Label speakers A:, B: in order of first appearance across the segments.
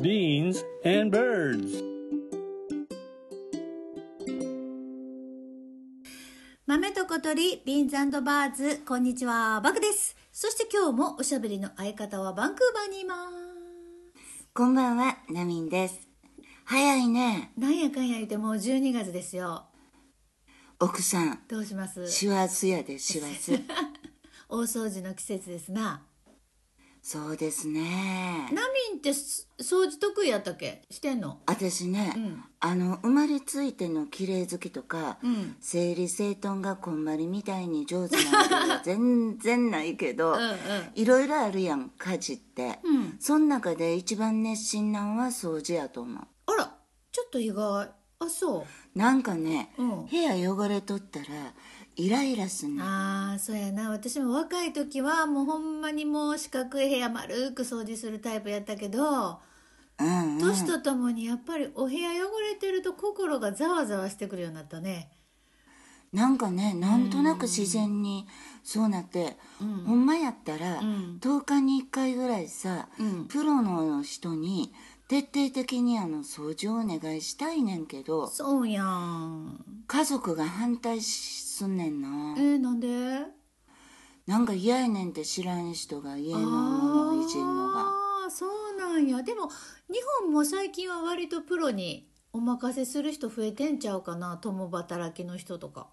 A: beans, and birds.
B: 豆と小鳥、ビーンズバーズ、こんにちは、バクです。そして今日もおしゃべりの相方はバンクーバーにいます。
C: こんばんは、ナミンです。早いね、
B: なんやかんや言ってもう12月ですよ。
C: 奥さん。
B: どうします
C: 師走やで、師 走。
B: 大掃除の季節ですな。
C: そうですね。
B: ナミンってす掃除得意やったっけしてんの
C: 私ね、
B: ん
C: あの、生まれついての綺麗好きとか、
B: ん
C: 整理整頓がこんまりみたいに上手なわ けは全然ないけど、
B: んうん
C: いろいろあるやん、家事って。
B: うん
C: その中で一番熱心なんは掃除やと思う。
B: あら、ちょっと意外。あ、そう。
C: なんかね、
B: うん
C: 部屋汚れとったら、イライラすんの。
B: ああ、そうやな。私も若い時はもうほんまにもう四角い部屋丸く掃除するタイプやったけど、
C: うん、うん。
B: 年とともにやっぱりお部屋汚れてると心がざわざわしてくるようになったね
C: なんかねなんとなく自然にそうなって、ほんまやったら、
B: ん
C: 10日に1回ぐらいさ、
B: うん
C: プロの人に徹底的にあの掃除をお願いしたいねんけど
B: そうやん
C: 家族が反対すんねんな、
B: えー、なんで
C: なんか嫌やねんって知らん人が家のものをいじんのが
B: ああそうなんやでも日本も最近は割とプロにお任せする人増えてんちゃうかな共働きの人とか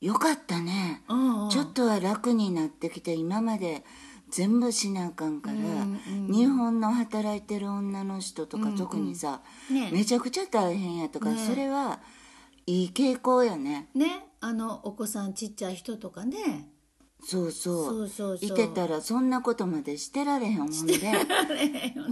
C: よかったね、
B: うん、うん、
C: ちょっとは楽になってきて今まで全部しなあかんから、
B: うん
C: 日本の働いてる女の人とか特にさ、
B: ね
C: めちゃくちゃ大変やとか、
B: ね
C: それはいい傾向やね
B: ねあのお子さんちっちゃい人とかね
C: そうそう
B: そうそうそう
C: いてたらそんなことまでしてられへんほんで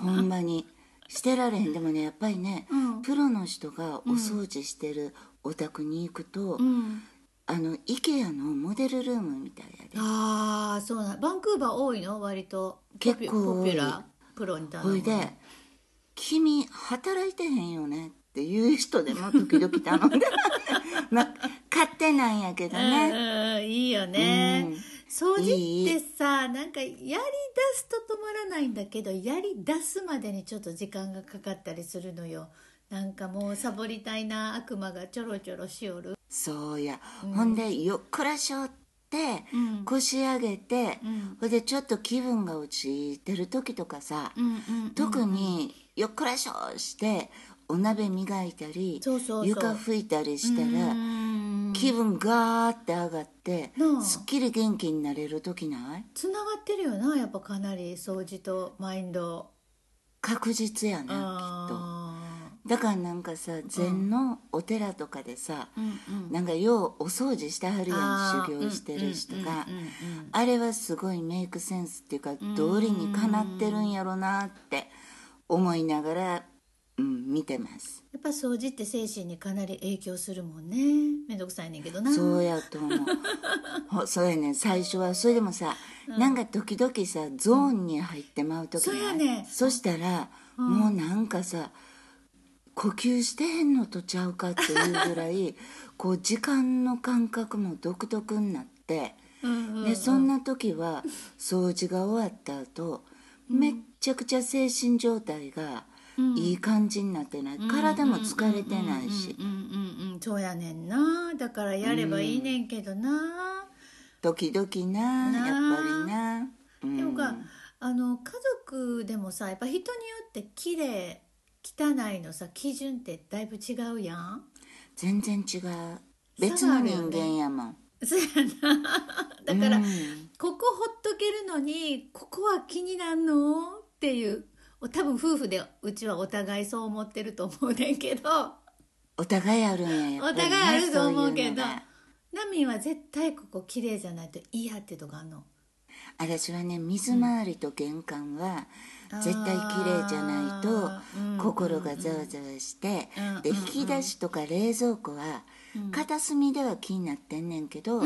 C: ほんまにしてられへんでもねやっぱりね、
B: うん
C: プロの人がお掃除してるお宅に行くと、
B: うん
C: あの IKEA のモデルルームみたいやで
B: ああそうなんバンクーバー多いの割とポピュ
C: 結構多
B: ポピ
C: い
B: ュラープロに頼む
C: ほいで「君働いてへんよね」っていう人でも時々頼んで まあ勝手なんやけどね、
B: うんうん、いいよね、
C: うん
B: 掃除ってさなんかやりだすと止まらないんだけどやりだすまでにちょっと時間がかかったりするのよなんかもうサボりたいな悪魔がちょろちょろしおる
C: そうや、ほんでよっこらしょって、
B: うん
C: 腰上げて、
B: うん
C: ほんでちょっと気分が落ちてる時とかさ、
B: んうん
C: 特によっこらしょしてお鍋磨いたり
B: そうそうそう
C: 床拭いたりしたら、気分ガーって上がって、
B: なあ
C: すっきり元気になれる時ない
B: つながってるよなやっぱかなり掃除とマインド
C: 確実やなきっと
B: あ
C: だからなんかさ禅のお寺とかでさ、
B: ーうんうん
C: なんかようお掃除してはるや
B: あ
C: ん
B: ー
C: 修行してる人が
B: うんうんうんうんうん
C: あれはすごいメイクセンスっていうか道理にかなってるんやろなって思いながら、うん、見てます
B: やっぱ掃除って精神にかなり影響するもんねめんどくさいねんけどな
C: そうや と思うほそうやねん最初はそれでもさ、なんか時々さゾーンに入ってまう時
B: そうや
C: ない
B: ねん
C: そしたら、もうなんかさ呼吸してへんのとちゃうかっていうぐ らいこう時間の感覚も独特になって。
B: うんうん
C: でそんな時は掃除が終わった後、めっちゃくちゃ精神状態がいい感じになってない、体も疲れてないし、
B: うんうんうんそうやねんなだからやればいいねんけどな、
C: 時々な
B: なあ
C: やっぱりな、うん
B: でもかあの家族でもさやっぱ人によって綺麗汚いのさ基準ってだいぶ違うやん
C: 全然違う別の人間やもん、
B: そうやなだから、
C: うん
B: ここほっとけるのにここは気になんのっていうお多分夫婦でうちはお互いそう思ってると思うねんけど
C: お互いあるんやや
B: お
C: っぱりな
B: 互いあると思うけど
C: そいのが
B: ナミンは絶対ここ綺麗じゃないと嫌ってとかあんの
C: 私はね水回りと玄関は絶対綺麗じゃない
B: あーうん
C: と心がざわざわして、
B: うん
C: で
B: うん
C: 引き出しとか冷蔵庫は片隅では気になってんねんけど、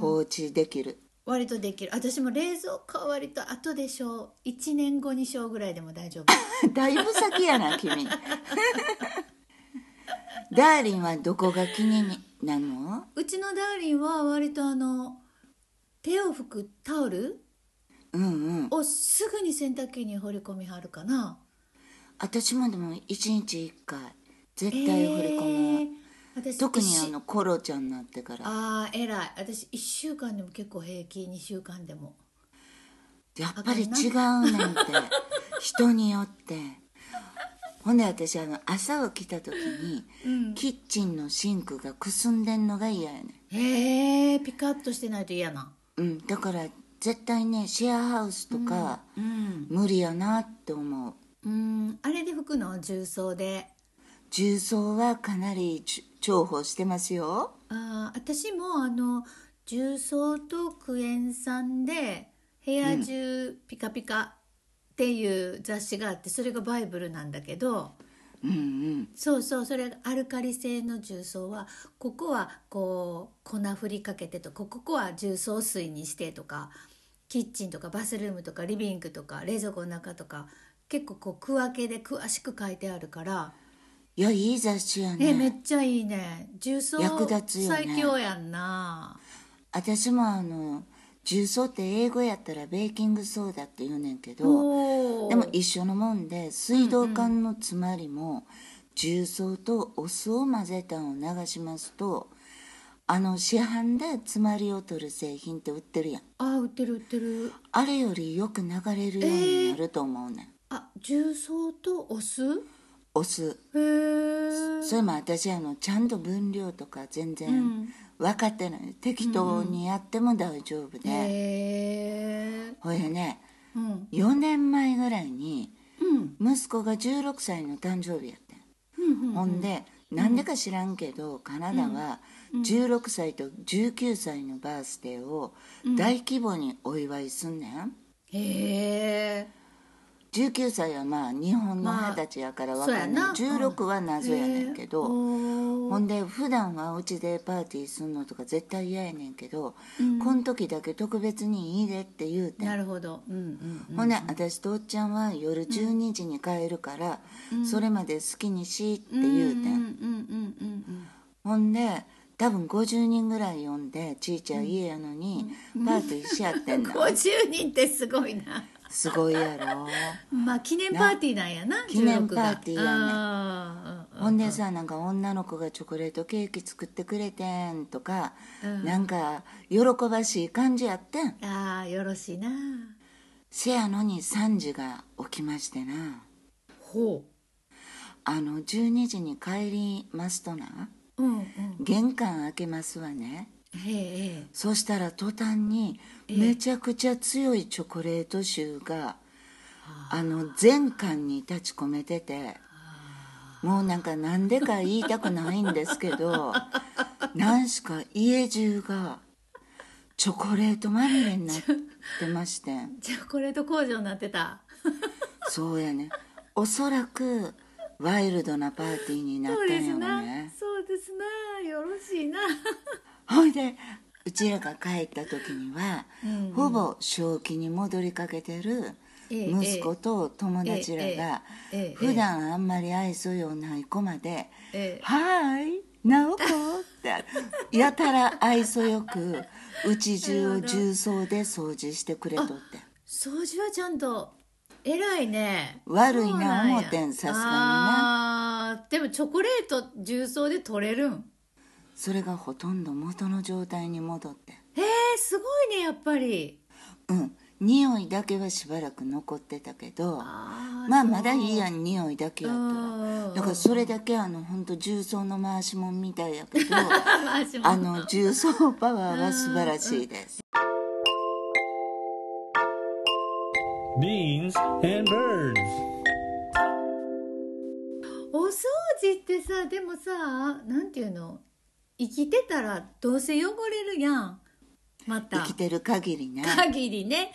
C: 放置できる
B: 割とできる私も冷蔵庫は割と後でしょう1年後にしようぐらいでも大丈夫
C: だいぶ先やな君 ダーリンはどこが気になるの
B: うちのダーリンは割とあの手を拭くタオル
C: うんうん
B: をすぐに洗濯機に放り込みはるかな
C: 私もでも一日一回絶対掘り込む、
B: えー私
C: 特にあ
B: 一週
C: のコロちゃんになってから
B: あー偉い私1週間でも結構平気2週間でも
C: やっぱり違うねんって 人によってほんで私あの朝起きた時に、キッチンのシンクがくすんでんのが嫌やねん
B: へえピカッとしてないと嫌な
C: うん、だから絶対ねシェアハウスとか、無理やなって思う
B: うんあれで拭くの重曹で
C: 重曹はかなりち重宝してますよ
B: あー私もあの重曹とクエン酸で「部屋中ピカピカ」っていう雑誌があってそれがバイブルなんだけど
C: うん
B: そうそうそれがアルカリ性の重曹はここはこう粉ふりかけてとかここは重曹水にしてとかキッチンとかバスルームとかリビングとか冷蔵庫の中とか結構こう区分けで詳しく書いてあるから。
C: うんいやいい雑誌や
B: えめ
C: ね
B: っちゃいいね重曹
C: 役立つよね
B: 最強やんな
C: 私もあの重曹って英語やったらベーキングソーダって言うねんけど
B: おー
C: でも一緒のもんで水道管の詰まりも、重曹とお酢を混ぜたのを流しますとあの市販で詰まりを取る製品って売ってるやん
B: あ売ってる売ってる
C: あれよりよく流れるようになると思うねん、
B: あ重曹とお酢へ
C: お酢
B: え
C: それも私あのちゃんと分量とか全然分かってない、適当にやっても大丈夫で、
B: へえ
C: ほいでね
B: うん
C: 4年前ぐらいに
B: うん
C: 息子が16歳の誕生日やってん、ほんでなんでか知らんけど、カナダは16歳と19歳のバースデーを大規模にお祝いすんねん、
B: へえ
C: 19歳はまあ日本の二十歳やから分かんない、
B: そうやな
C: 16は謎やねんけど、
B: へー
C: ほんで普段はうちでパーティーすんのとか絶対嫌やねんけど、こん時だけ特別にいいでって言うてん
B: なるほどうんうん
C: ほんで私とおっちゃんは夜12時に帰るから、それまで好きにしって言うてん、
B: うんうんうんうん
C: ほんで多分50人ぐらい呼んでちいちゃん家やのにパーティーしやって
B: う
C: ん
B: ん
C: だ、
B: 50人ってすごいな
C: すごいやろ
B: まあ記念パーティーなんやな
C: 記念
B: 16が
C: パーティーやね
B: あーうん
C: ほんでさなんか女の子がチョコレートケーキ作ってくれてんとか、なんか喜ばしい感じやってん
B: ああよろしいな
C: せやのに3時が起きましてな
B: ほ
C: あの12時に帰りますとな
B: ううんうん
C: 玄関開けますわね
B: へえへえ
C: そしたら途端にめちゃくちゃ強いチョコレート臭があの全館に立ち込めててもうなんか何でか言いたくないんですけど何しか家中がチョコレートまみれになってまして
B: チョコレート工場になってた
C: そうやねおそらくワイルドなパーティーになっ
B: そう
C: た
B: で
C: んや
B: す
C: ろ
B: な
C: ね
B: そうですなよろしいな
C: ほいでうちらが帰った時には、ほぼ正気に戻りかけてる
B: ええ
C: 息子と友達らが、
B: ええええ
C: 普段あんまり愛想ようない子まで「
B: ええ
C: はーい直子」 ってやたら愛想よくうち中を重曹で掃除してくれとって
B: 掃除はちゃんと偉いね
C: 悪いな
B: そうんや
C: 思てんさすがに
B: あーでもチョコレート重曹で取れるん
C: それがほとんど元の状態に戻って
B: へえすごいねやっぱり
C: うん匂いだけはしばらく残ってたけど
B: あー
C: まあまだいいやん匂いだけやった
B: う
C: ら
B: ん
C: だからそれだけあの本当重曹の回しもんみたいやけ ど
B: まあしも
C: あの重曹パワーは素晴らしいです
A: Beans and birds.
B: お掃除ってさでもさなんていうの生きてたらどうせ汚れるやんまた
C: 生きてる限りね
B: 限りね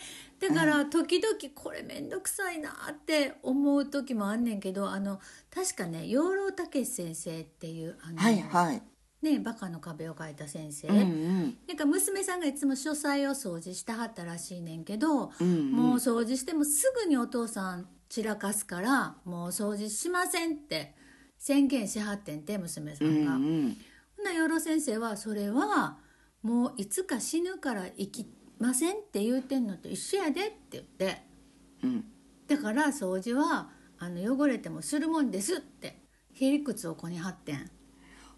B: だから時々これめんどくさいなって思う時もあんねんけどあの確かね養老孟司先生っていうあの、
C: はいはい
B: ね「バカの壁」を書いた先生、
C: うんうん
B: なんか娘さんがいつも書斎を掃除してはったらしいねんけど、
C: うんうん
B: もう掃除してもすぐにお父さん散らかすからもう掃除しませんって宣言しはってんて娘さ
C: うんん
B: が。
C: うん
B: ほな養老先生はそれはもういつか死ぬから生きませんって言うてんのと一緒やでって言って
C: うん
B: だから掃除はあの汚れてもするもんですってへりくつをここに貼ってん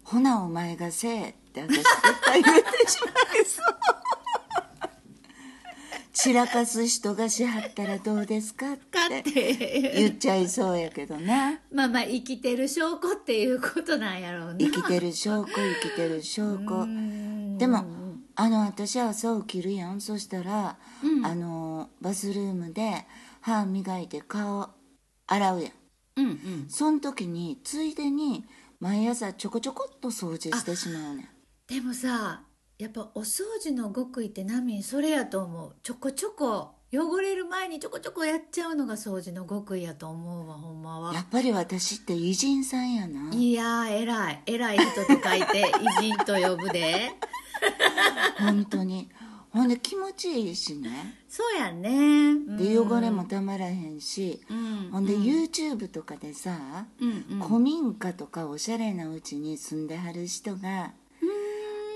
C: ほなお前がせえって私絶対言ってしまいそう 散らかす人がしはったらどうですかっ
B: か
C: て
B: って
C: 言っちゃいそうやけどな
B: まあまあ生きてる証拠っていうことなんやろうな
C: 生きてる証拠生きてる証拠でもあの私は朝起きるやんそしたら、あのバスルームで歯磨いて顔洗うやん
B: うんうん
C: その時についでに毎朝ちょこちょこっと掃除してしまうねん
B: でもさやっぱお掃除の極意ってナミンそれやと思うちょこちょこ汚れる前にちょこちょこやっちゃうのが掃除の極意やと思うわほんまは
C: やっぱり私って偉人さんやない
B: やー偉い偉い人と書 いて偉人と呼ぶで
C: 本当にほんで気持ちいいしね
B: そうやんねうん
C: で汚れもたまらへんし、
B: うん
C: ほんで YouTube とかでさ、
B: うんうん
C: 古民家とかおしゃれなうちに住んではる人が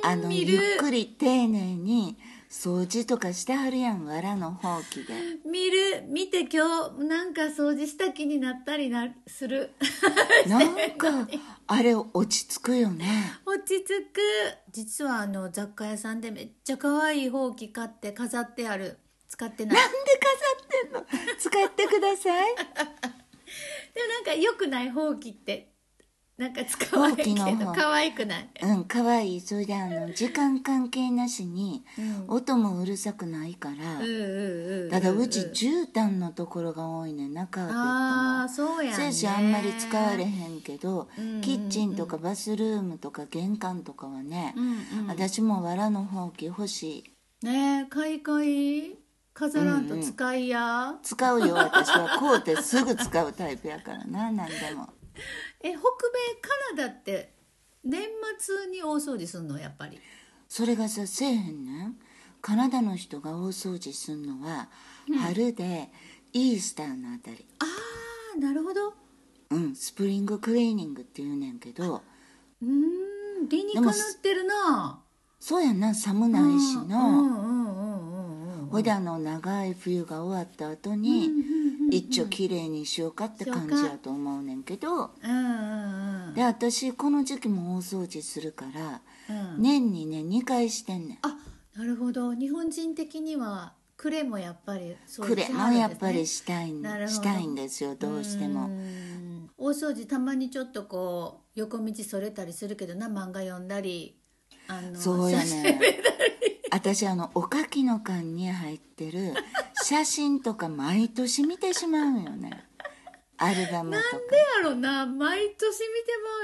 C: あの
B: 見る
C: ゆっくり丁寧に掃除とかしてはるやんわらのほうき で
B: 見る見て今日なんか掃除した気になったりなする
C: なんかあれ落ち着くよね
B: 落ち着く実はあの雑貨屋さんでめっちゃ可愛いほうき買って飾ってある使って ない
C: なんで飾ってんの使ってください
B: でもなんか良くないほうきってなんか使わへんけど
C: ほうきの方
B: 可愛くない
C: うん可愛いそれであの時間関係なしに音もうるさくないから、
B: うんうんうん
C: ただうち絨毯のところが多いねんなカーペット
B: ああ
C: も
B: そうやね
C: せいしあんまり使われへんけど、
B: んうんうん
C: キッチンとかバスルームとか玄関とかはね、
B: うんうん
C: 私も藁のほうき欲しい
B: ねえ買い替え飾らんと使いや、
C: 使うよ私はこうてすぐ使うタイプやからな何でも
B: え北米カナダって年末に大掃除すんのやっぱり
C: それがさせえへんねんカナダの人が大掃除すんのは、春でイースターのあたり
B: ああなるほどう
C: うん、スプリングクリーニングって言うねんけど
B: ーん理にかなってるな
C: そうやんな寒ないし
B: うんう
C: の、
B: んうんうんうん
C: ほいであの長い冬が終わった後に、一丁きれいにしようかって感じやと思うねんけど
B: うんうんうん
C: で私この時期も大掃除するから、
B: うん
C: 年にね2回してんねん
B: あなるほど日本人的にはクレもやっぱりそう
C: くれもやっぱりしたいん,、
B: なるほど
C: したいんですよどうしても
B: 大掃除たまにちょっとこう横道それたりするけどな漫画読んだりあの
C: そうやねん私あのおかきの缶に入っ てる写真とか毎年見てしまうよねアルバムとか
B: やろな毎年見て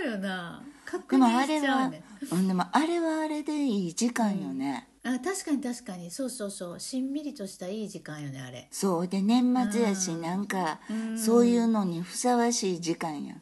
B: まうよな確
C: でもあ
B: 認
C: れ
B: しちゃう
C: は
B: ね、
C: うん、でもあれはあれでいい時間よね、
B: あ確かに確かにそうそうそうしんみりとしたいい時間よねあれ
C: そうで年末やしなんかそういうのにふさわしい時間や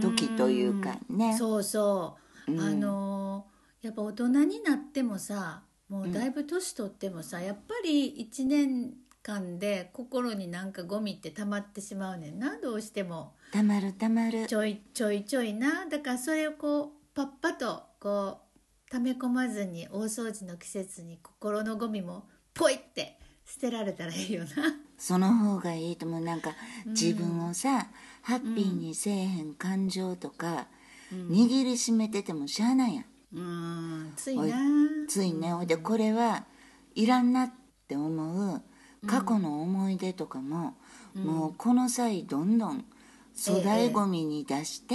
C: 時というかね
B: そうそう、あのーやっぱ大人になってもさもうだいぶ年取ってもさ、やっぱり1年間で心になんかゴミって溜まってしまうねんなどうしても
C: たまるたまる
B: ちょいちょいちょいなだからそれをこうパッパとこう溜め込まずに大掃除の季節に心のゴミもポイって捨てられたらいいよな
C: その方がいいと思うなんか自分をさ、ハッピーにせえへん感情とか、握りしめててもしゃあないやん
B: うんついな
C: おいついねほいでこれはいらんなって思う過去の思い出とかも、もうこの際どんどん粗大ごみに出して、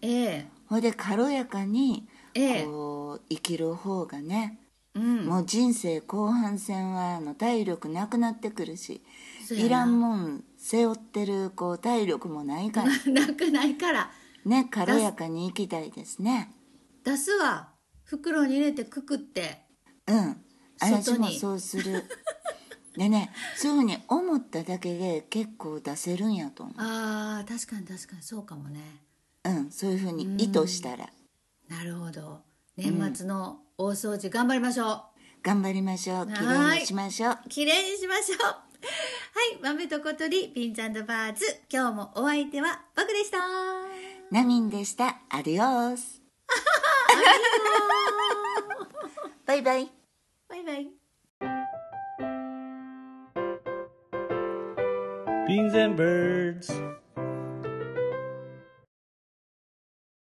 B: ええ
C: ほいで軽やかに
B: ええ
C: こう生きる方がね、
B: うん
C: もう人生後半戦はあの体力なくなってくるし
B: そうやない
C: らんもん背負ってるこう体力もないから
B: なくないから
C: ね軽やかに生きたいですね
B: 出すわ袋に入れてくくって
C: うん
B: 外に
C: 私もそうするでねそういうふうに思っただけで結構出せるんやと思
B: あー確かに確かにそうかもね
C: う、うん、そういうふうに意図したら
B: なるほど年末の大掃除頑張りましょう、
C: 頑張りましょ
B: い
C: う綺麗にしましょう
B: 綺麗にしましょう はい豆と小鳥ピンズバーズ今日もお相手はバクでした
C: ナミンでしたアディオス バイバイ
B: バイバイ
A: Beans and birds.